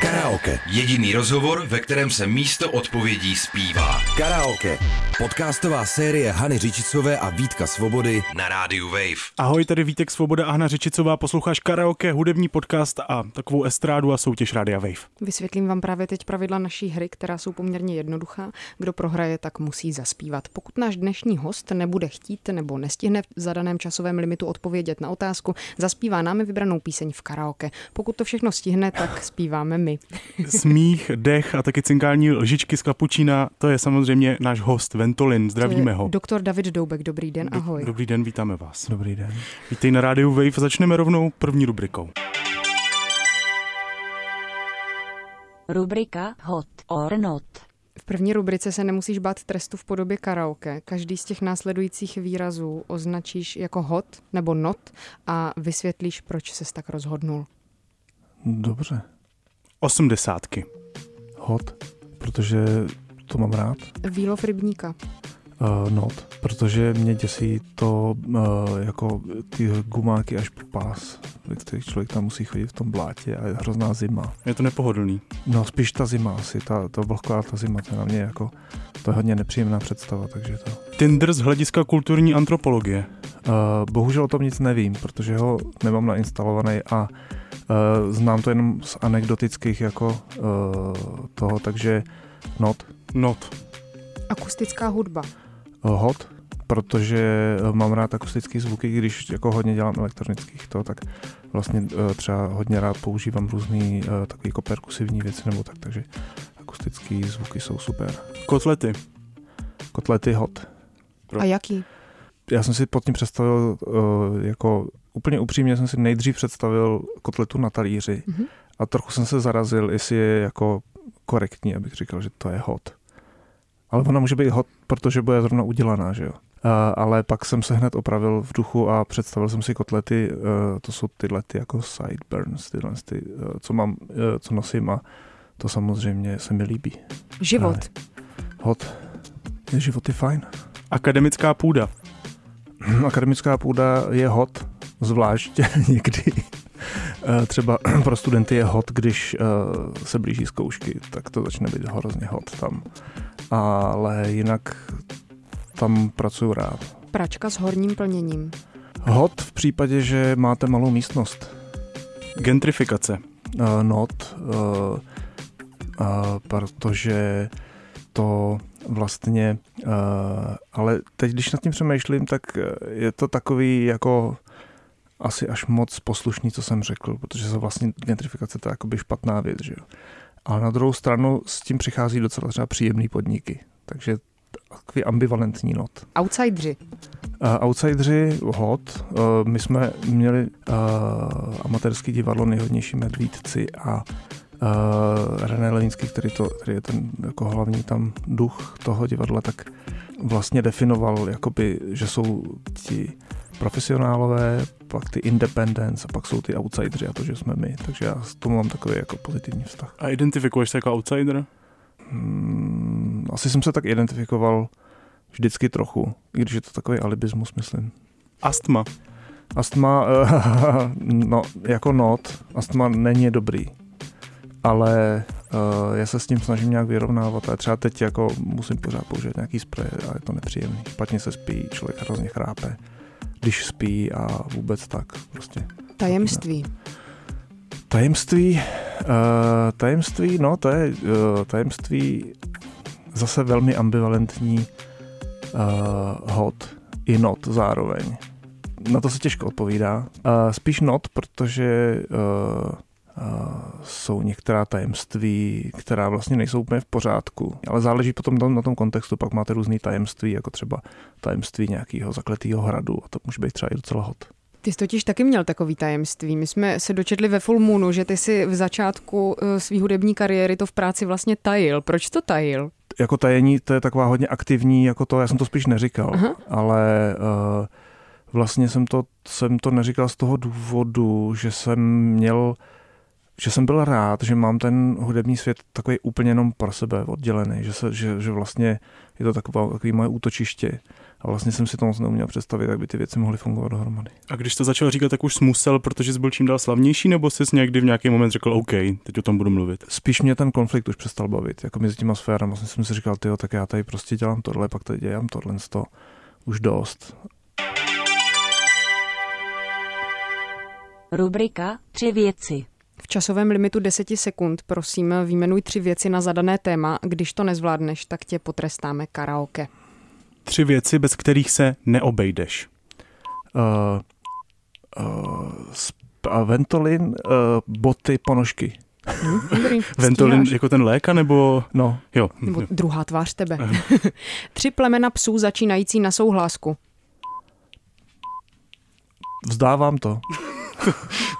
Karaoke. Jediný rozhovor, ve kterém se místo odpovědí zpívá. Karaoke. Podcastová série Hany Řičicové a Vítka Svobody Na rádiu Wave. Ahoj, tady Vítek Svoboda a Hna Řečicová, posloucháš karaoke, hudební podcast a takovou estrádu a soutěž Radia Wave. Vysvětlím vám právě teď pravidla naší hry, která jsou poměrně jednoduchá. Kdo prohraje, tak musí zaspívat. Pokud náš dnešní host nebude chtít nebo nestihne v zadaném časovém limitu odpovědět na otázku, zaspívá námi vybranou píseň v karaoke. Pokud to všechno stihne, tak zpíváme my. Smích, dech a taky cinkální lžičky z kapučína, to je samozřejmě náš host Ventolin, zdravíme ho. Eh, Doktor David Doubek, dobrý den, ahoj. Dobrý den, vítáme vás. Dobrý den. Vítej na rádiu Wave, začneme rovnou první rubrikou. Rubrika Hot or Not. V první rubrice se nemusíš bát trestu v podobě karaoke. Každý z těch následujících výrazů označíš jako hot nebo not a vysvětlíš, proč ses tak rozhodnul. Dobře. Osmdesátky. Hot, protože to mám rád. Výlov rybníka. Uh, not, protože mě děsí to uh, jako ty gumáky až po pás, ve kterých člověk tam musí chodit v tom blátě a je hrozná zima. Je to nepohodlný. No spíš ta zima asi, ta, ta vlhká ta zima, to je na mě jako, to je hodně nepříjemná představa, takže to. Tinder z hlediska kulturní antropologie. Uh, bohužel o tom nic nevím, protože ho nemám nainstalovaný a uh, znám to jenom z anekdotických jako uh, toho, takže not, Not. Akustická hudba. hot, protože eh, mám rád akustické zvuky, i když jako hodně dělám elektronických to, tak vlastně eh, třeba hodně rád používám různý eh, takový jako perkusivní věci nebo tak, takže akustické zvuky jsou super. Kotlety. Kotlety hot. Pro- A jaký? Já jsem si pod tím představil eh, jako úplně upřímně jsem si nejdřív představil kotletu na talíři Mhm. a trochu jsem se zarazil, jestli je jako korektní, abych říkal, že to je hot. Ale ona může být hot, protože bude zrovna udělaná, že jo. A, ale pak jsem se hned opravil v duchu a představil jsem si kotlety, eh, to jsou tyhle ty jako sideburns, tyhle ty, eh, co mám, eh, co nosím a to samozřejmě se mi líbí. Život. Hot. Je život je fajn. Akademická půda. No, Akademická půda je hot, zvlášť někdy. Eh, Třeba pro studenty je hot, když eh, se blíží zkoušky, tak to začne být hrozně hot tam. Ale jinak tam pracuju rád. Pračka s horním plněním. Hot v případě, že máte malou místnost. Gentrifikace. uh, not, uh, uh, protože to vlastně, uh, ale teď, když nad tím přemýšlím, tak eh, je to takový jako asi až moc poslušný, co jsem řekl, protože se vlastně gentrifikace to je jakoby špatná věc, že jo. Ale na druhou stranu s tím přichází docela třeba příjemný podniky, takže takový ambivalentní not. Outsidři. Uh, Outsidři hot. Uh, My jsme měli uh, amatérský divadlo Nejhodnější medvídci a uh, René Levinský, který, to, který je ten jako hlavní tam duch toho divadla, tak vlastně definoval, jakoby, že jsou ti profesionálové, pak ty independents a pak jsou ty outsidři a to, že jsme my. Takže já s tomu mám takový jako pozitivní vztah. A identifikuješ se jako outsider? Hmm, asi jsem se tak identifikoval vždycky trochu, i když je to takový alibismus, myslím. Astma. Astma, eh, no, jako not, astma není dobrý, ale eh, já se s tím snažím nějak vyrovnávat a třeba teď jako musím pořád použít nějaký sprej a je to nepříjemný. Špatně se spí, člověk hrozně chrápe, když spí a vůbec tak prostě. Tajemství. Tajemství, eh, tajemství, no to je eh, tajemství zase velmi ambivalentní eh, hot i not zároveň. Na to se těžko odpovídá. Eh, spíš not, protože eh, eh, jsou některá tajemství, která vlastně nejsou úplně v pořádku, ale záleží potom na- na tom kontextu, pak máte různý tajemství, jako třeba tajemství nějakého zakletého hradu a to může být třeba i docela hot. Ty jsi totiž taky měl takový tajemství. My jsme se dočetli ve Full Moonu, že ty si v začátku své hudební kariéry to v práci vlastně tajil. Proč to tajil? jako tajení, to je taková hodně aktivní, jako to, já jsem to spíš neříkal, Aha. Aha. ale uh, vlastně jsem to, jsem to neříkal z toho důvodu, že jsem měl, že jsem byl rád, že mám ten hudební svět takový úplně jenom pro sebe oddělený, že, se, že, že vlastně je to taková, takový moje útočiště A vlastně jsem si to moc neuměl představit, jak by ty věci mohly fungovat dohromady. A když to začal říkat, tak už jsi musel, protože jsi byl čím dál slavnější, nebo jsi někdy v nějaký moment řekl, OK, teď o tom budu mluvit. Spíš mě ten konflikt už přestal bavit, jako mezi těma sférama. Vlastně jsem si říkal, tyjo, tak já tady prostě dělám tohle, pak tady dělám tohle, to už dost. Rubrika Tři věci. V časovém limitu 10 sekund, prosím, výjmenuj tři věci na zadané téma. Když to nezvládneš, tak tě potrestáme karaoke. Tři věci, bez kterých se neobejdeš. Uh, uh, sp- a Ventolin, uh, boty, ponožky. Hm? Dobrý, Ventolin stíháš. jako ten léka, nebo No, jo, Nebo druhá tvář tebe. Tři plemena psů začínající na souhlásku. vzdávám to.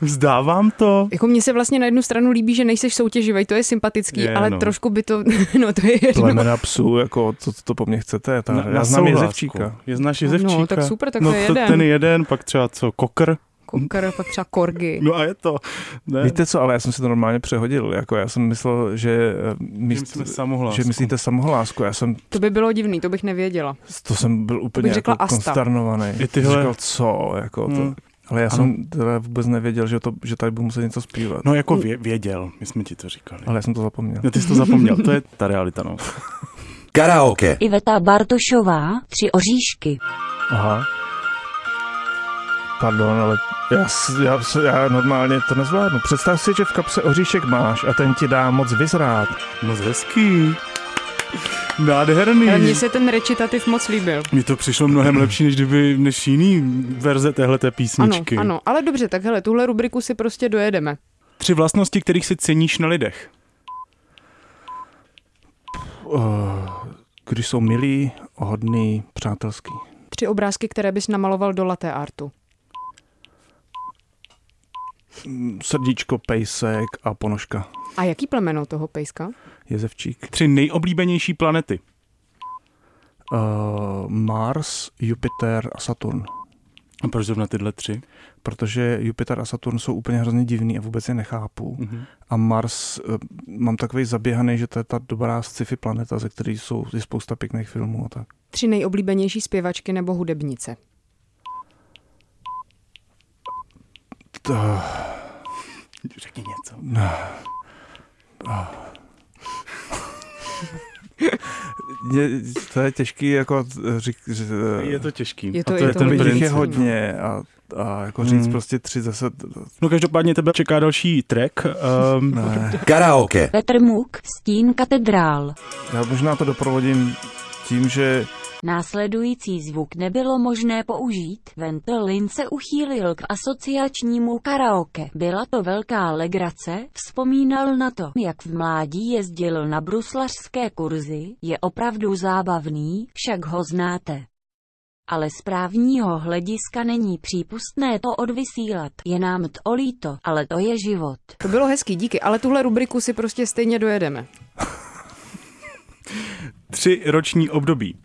vzdávám to. Jako mně se vlastně na jednu stranu líbí, že nejseš soutěživý, to je sympatický, Je, je, ale no. no. trošku by to, no to je jedno. Plemena psů, jako co to, to po mně chcete. Ta, já znám souhlásku. jezevčíka. jako. Je znáš Jezevčíka? No, tak super, tak no, to je to, jeden. ten jeden, pak třeba co, kokr? Kokr, pak třeba korgy. No a je to. Ne, Víte co, ale já jsem si to normálně přehodil. Jako já jsem myslel, že, eh, my míst, jsme samohlásku. že myslíte samohlásku. Já jsem, To by bylo divný, to bych nevěděla. to jsem byl úplně bych řekla jako Asta. konsternovaný. I tyhle- Říkal, co? Jako to. Hmm. Ale já Ano. jsem teda vůbec nevěděl, že, to, že tady budu muset něco zpívat. No jako vě, věděl, my jsme ti to říkali. Ale já jsem to zapomněl. No, ty jsi to zapomněl, to je ta realita, no. Karaoke. Iveta Bartošová, Tři oříšky. Aha. Pardon, ale já, s- já, s- já normálně to nezvládnu. Představ si, že v kapse oříšek máš a ten ti dá moc vyzrát. Moc hezký. Nádherný. Ale mně se ten recitativ moc líbil. Mně to přišlo mnohem lepší, než kdyby než jiný verze téhleté Ano, písničky. ano, ale dobře, tak hele, tuhle rubriku si prostě dojedeme. Tři vlastnosti, kterých si ceníš na lidech. Eh, Když jsou milí, hodný, přátelský. Tři obrázky, které bys namaloval do laté artu. Mm, Srdíčko, pejsek a ponožka. A jaký plemeno toho pejska? Jezevčík. Tři nejoblíbenější planety. Uh, Mars, Jupiter a Saturn. A proč zrovna tyhle tři? Protože Jupiter a Saturn jsou úplně hrozně divný a vůbec je nechápu. Mhm. A Mars eh, mám takový zaběhaný, že to je ta dobrá sci-fi planeta, ze který jsou je spousta pěkných filmů a tak. Tři nejoblíbenější zpěvačky nebo hudebnice. Ta, Řekni něco. je, to je těžký, jako eh, řík, že, eh, Je to těžký. Je to- a je to ten hodně. těch princip. je princip, no. hodně a, a jako říct Hmm. prostě tři zase, No každopádně tebe čeká další track. Um, ne. Karaoke. Petr Muk, Stín katedrál. Já možná to doprovodím tím, že Následující zvuk nebylo možné použít. Ventolin se uchýlil k asociačnímu karaoke. Byla to velká legrace, vzpomínal na to, jak v mládí jezdil na bruslařské kurzy, je opravdu zábavný, však ho znáte. Ale z právního hlediska není přípustné to odvysílat, je nám to líto, ale to je život. To bylo hezký, díky, ale tuhle rubriku si prostě stejně dojedeme. tři roční období.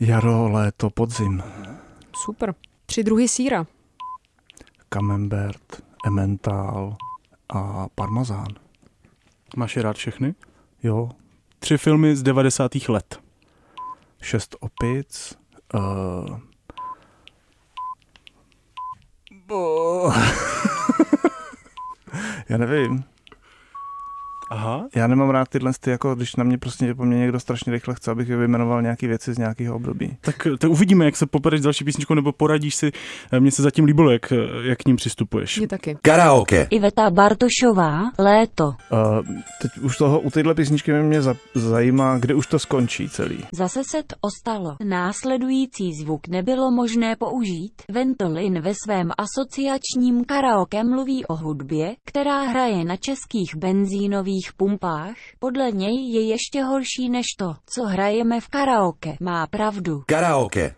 jaro, léto, podzim, Super. Tři druhy síra. Camembert, Emmental a Parmazán. Máš je rád všechny? Jo, Tři filmy z 90. let. šest opic. Uh, bo, já nevím. Aha. Já nemám rád tyhle ty, jako když na mě prostě po mně někdo strašně rychle chce, abych vyjmenoval nějaké věci z nějakého období. Tak eh, to uvidíme, jak se popereš s další písničkou, nebo poradíš si. eh, Mně se zatím líbilo, jak, jak k ním přistupuješ. Mě taky. Karaoke. Iveta Bartošová, léto. Uh, teď už toho u téhle písničky mě za, zajímá, kdy už to skončí celý. Zase se to ostalo. Následující zvuk nebylo možné použít. Ventolin ve svém asociačním karaoke mluví o hudbě, která hraje na českých benzínových pumpách. Podle něj je ještě horší než to, co hrajeme v karaoke. Má pravdu. Karaoke.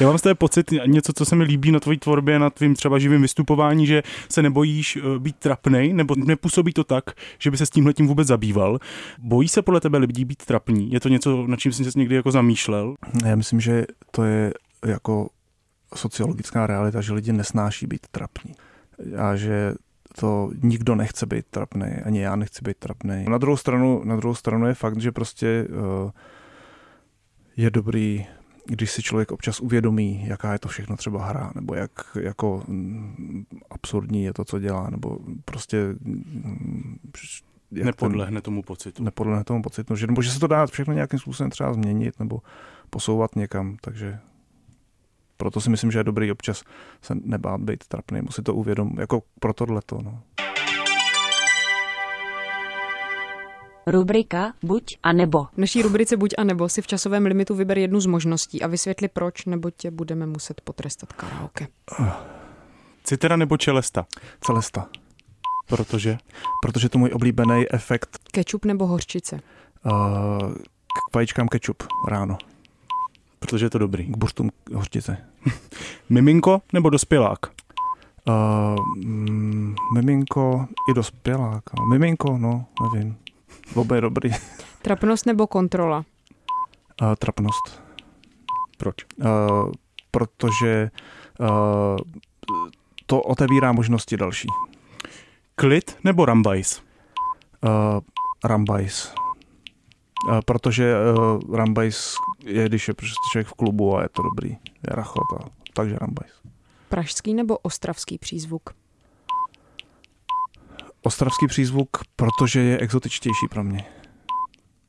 Já mám z té pocit něco, co se mi líbí na tvojí tvorbě, na tvým třeba živým vystupování, že se nebojíš eh, být trapnej, nebo nepůsobí to tak, že by se s tímhletím vůbec zabýval. Bojí se podle tebe lidí být trapný? Je to něco, nad čím jsi se někdy jako zamýšlel? Já myslím, že to je jako sociologická realita, že lidi nesnáší být trapní. A že to nikdo nechce být trapný, ani já nechci být trapný. Na druhou stranu, na druhou stranu je fakt, že prostě uh, eh, je dobrý, když si člověk občas uvědomí, jaká je to všechno třeba hra, nebo jak jako mm, absurdní je to, co dělá, nebo prostě mm, jak Nepodlehne tomu pocitu. Ten, nepodlehne tomu pocitu, že, nebo že se to dá všechno nějakým způsobem třeba změnit nebo posouvat někam, takže proto si myslím, že je dobrý občas se nebát být trapný, musí to uvědomit, jako pro tohleto, no. Rubrika buď a nebo. V naší rubrice Buď a nebo si v časovém limitu vyber jednu z možností a vysvětli proč, nebo tě budeme muset potrestat karaoke. Citera nebo čelesta? Celesta. Protože Protože to je můj oblíbený efekt Kečup nebo hořčice? uh, k vajíčkám kečup ráno, protože je to dobrý. k buřtům hořtice. Miminko nebo dospělák? Uh, mm, miminko i dospělák. no. Miminko, no, nevím. Oba je dobrý. Trapnost nebo kontrola? Uh, trapnost. Proč? Uh, protože uh, to otevírá možnosti další. Klid nebo rambajs? Uh, Rambajs. Uh, protože uh, Rambajs je, když je prostě člověk v klubu a je to dobrý. Je rachot a takže Rambajs. Pražský nebo ostravský přízvuk? Ostravský přízvuk, protože je exotičtější pro mě.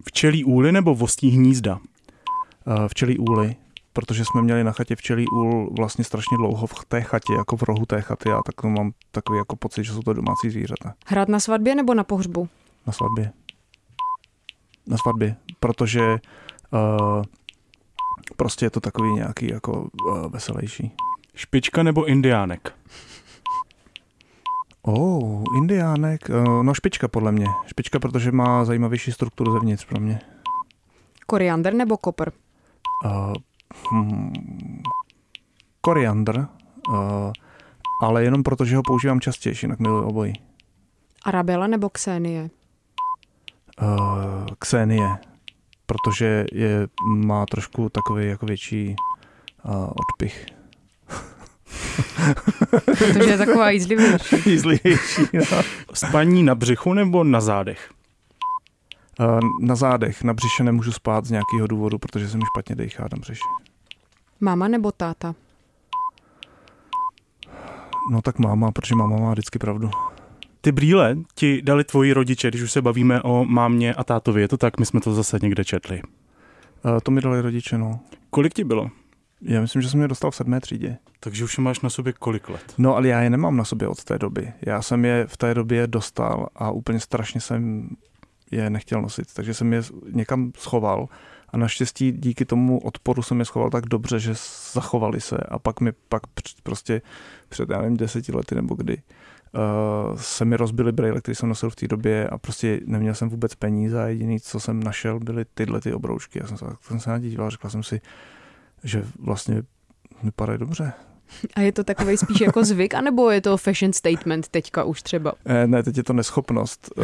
Včelí úly nebo vostí hnízda? Uh, včelí úly, protože jsme měli na chatě včelí úl vlastně strašně dlouho v té chatě, jako v rohu té chaty a tak to mám takový jako pocit, že jsou to domácí zvířata. Hrát na svatbě nebo na pohřbu? Na svatbě. Na svatbě, protože uh, prostě je to takový nějaký jako uh, veselější. Špička nebo indiánek? Oh, indiánek. Eh, No špička podle mě. Špička, protože má zajímavější strukturu zevnitř pro mě. Koriander nebo kopr? Uh, hmm, koriandr, uh, ale jenom protože ho používám častěji, jinak miluji obojí. Arabela nebo ksenie? Uh, Ksenie, protože je, má trošku takový jako větší uh, odpich. Protože je taková jízlivější. Jízlivější. no. Spaní na břichu nebo na zádech? uh, na zádech, na břiše nemůžu spát z nějakého důvodu, protože se mi špatně dechá na břiše. Máma nebo táta? No tak máma, protože máma má vždycky pravdu. Ty brýle ti dali tvoji rodiče, když už se bavíme o mámě a tátovi. Je to tak? My jsme to zase někde četli. Uh, to mi dali rodiče, no. Kolik ti bylo? Já myslím, že jsem je dostal v sedmé třídě. Takže už je máš na sobě kolik let? No, ale já je nemám na sobě od té doby. Já jsem je v té době dostal a úplně strašně jsem je nechtěl nosit, takže jsem je někam schoval a naštěstí díky tomu odporu jsem je schoval tak dobře, že zachovali se a pak mi pak př- prostě před, já nevím, deseti lety nebo kdy uh, se mi rozbily brýle, které jsem nosil v té době a prostě neměl jsem vůbec peníze a jediný, co jsem našel, byly tyhle ty obroučky. Já jsem se, jsem se na ně díval a říkal jsem si, že vlastně vypadají dobře. A je to takový spíš jako zvyk, anebo je to fashion statement teďka už třeba? Eh, Ne, teď je to neschopnost, eh,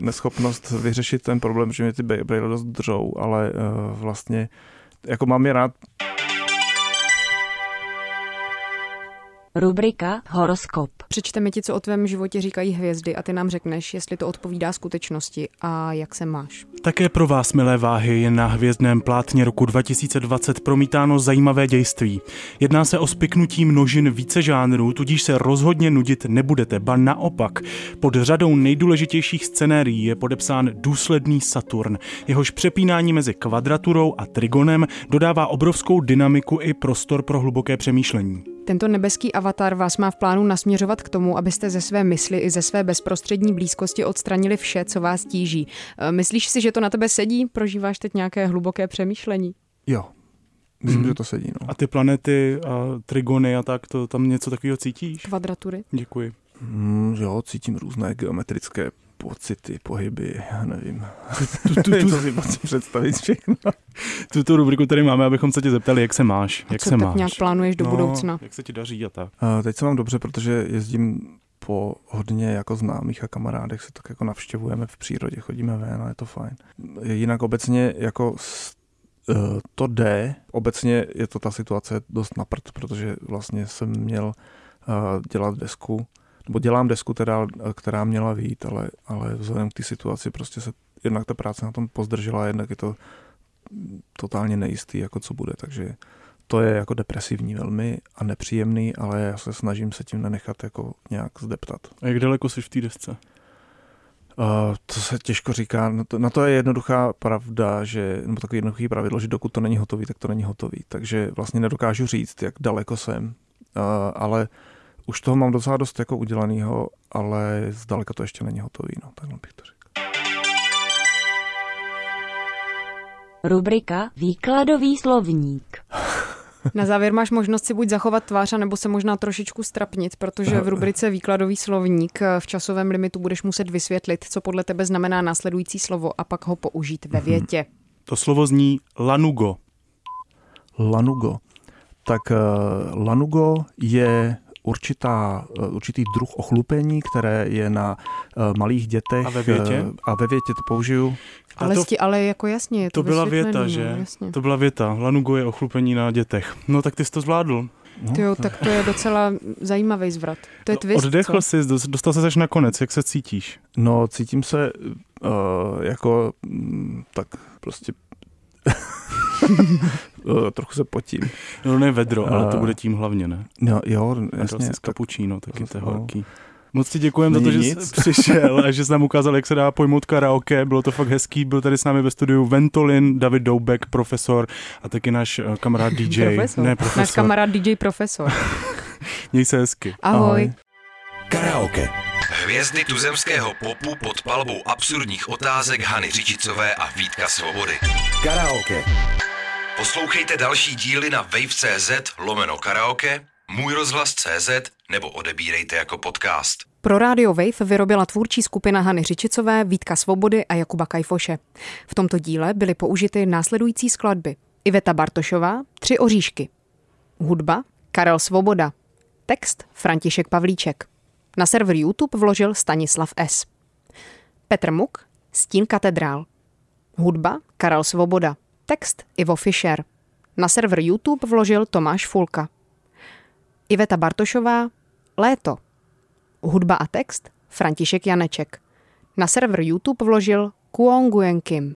neschopnost vyřešit ten problém, že mě ty br- brýle dost držou, ale eh, vlastně jako mám je rád, Rubrika horoskop. Přečteme ti, co o tvém životě říkají hvězdy a ty nám řekneš, jestli to odpovídá skutečnosti a jak se máš. Také pro vás, milé váhy, je na hvězdném plátně roku 2020 promítáno zajímavé dějství. Jedná se o spiknutí množin více žánrů, tudíž se rozhodně nudit nebudete, ba naopak. Pod řadou nejdůležitějších scenérií je podepsán důsledný Saturn. Jehož přepínání mezi kvadraturou a trigonem dodává obrovskou dynamiku i prostor pro hluboké přemýšlení. Tento nebeský avatar vás má v plánu nasměřovat k tomu, abyste ze své mysli i ze své bezprostřední blízkosti odstranili vše, co vás tíží. E, Myslíš si, že to na tebe sedí? Prožíváš teď nějaké hluboké přemýšlení? jo, myslím, mm. že to sedí, no. Mhm. A ty planety a trigony a tak, to tam něco takového cítíš? Kvadratury? Děkuji. Mm, jo, cítím různé geometrické pocity, pohyby, já nevím. Tu, tu, tu, to si moc představit všechno. tuto rubriku tady máme, abychom se tě zeptali, jak se máš. A jak co se tak máš? No. nějak plánuješ do budoucna? Jak se ti daří a tak. A Eh, teď se mám dobře, protože jezdím po hodně jako známých a kamarádech se tak jako navštěvujeme v přírodě, chodíme ven a je to fajn. Jinak obecně jako s- eh, to jde, obecně je to ta situace dost na prd, protože vlastně jsem měl eh, dělat desku, nebo dělám desku teda, eh, která měla vyjít, ale, ale vzhledem k té situaci prostě se jednak ta práce na tom pozdržela, jednak je to totálně nejistý, jako co bude, takže to je jako depresivní velmi a nepříjemný, ale já se snažím se tím nenechat jako nějak zdeptat. A jak daleko jsi v té desce? Uh, to se těžko říká. Na to, na to je jednoduchá pravda, že, nebo takové jednoduché pravidlo, že dokud to není hotový, tak to není hotový. Takže vlastně nedokážu říct, jak daleko jsem. Uh, ale už toho mám docela dost jako udělaného, ale zdaleka to ještě není hotový. No, takhle bych to řekl. Rubrika Výkladový slovník. Na závěr máš možnost si buď zachovat tvář, nebo se možná trošičku strapnit, protože Eh. v rubrice Výkladový slovník e, v časovém limitu budeš muset vysvětlit, co podle tebe znamená následující slovo a pak ho použít Mhm. ve větě. To slovo zní lanugo. Lanugo. Tak uh, lanugo je určitá, uh, určitý druh ochlupení, které je na uh, malých dětech. A ve větě? uh, A ve větě to použiju. Ale, to- to, sti, ale jako jasně, je to, To byla vysvětlený, věta, no, že? Jasně. To byla věta. Lanugo je ochlupení na dětech. No tak ty jsi to zvládl. No, Ty jo, tak to je docela zajímavý zvrat. To je twist, Oddechl co? jsi, dos- dostal No, se až na konec. Jak se cítíš? No, cítím se uh, jako mm, tak prostě eh, trochu se potím. No ne vedro, ale to Eh, bude tím hlavně, ne? No, jo, Jasně, jasně. Dal jsi Tak, kapučíno, taky to je No. horký. Moc ti děkujeme za to, Není že nic. jsi přišel a že jsi nám ukázal, jak se dá pojmout karaoke. Bylo to fakt hezký. Byl tady s námi ve studiu Ventolin, David Doubek, profesor a taky náš eh, kamarád DJ. Profesor. Ne, Náš profesor. kamarád DJ profesor. Měj se hezky. Ahoj. Ahoj. Karaoke. Hvězdy tuzemského popu pod palbou absurdních otázek Hany Řičicové a Vítka Svobody. Karaoke. Poslouchejte další díly na wave.cz lomeno karaoke, můj rozhlas.cz nebo odebírejte jako podcast. Pro Radio Wave vyrobila tvůrčí skupina Hany Řičicové, Vítka Svobody a Jakuba Kajfoše. V tomto díle byly použity následující skladby. Iveta Bartošová, Tři oříšky. Hudba Karel Svoboda. Text František Pavlíček. Na server YouTube vložil Stanislav S. Petr Muk, Stín katedrál. Hudba Karel Svoboda. Text Ivo Fischer. Na server YouTube vložil Tomáš Fulka. Iveta Bartošová, Léto. Hudba a text František Janeček. Na server YouTube vložil Kuonguyen Kim.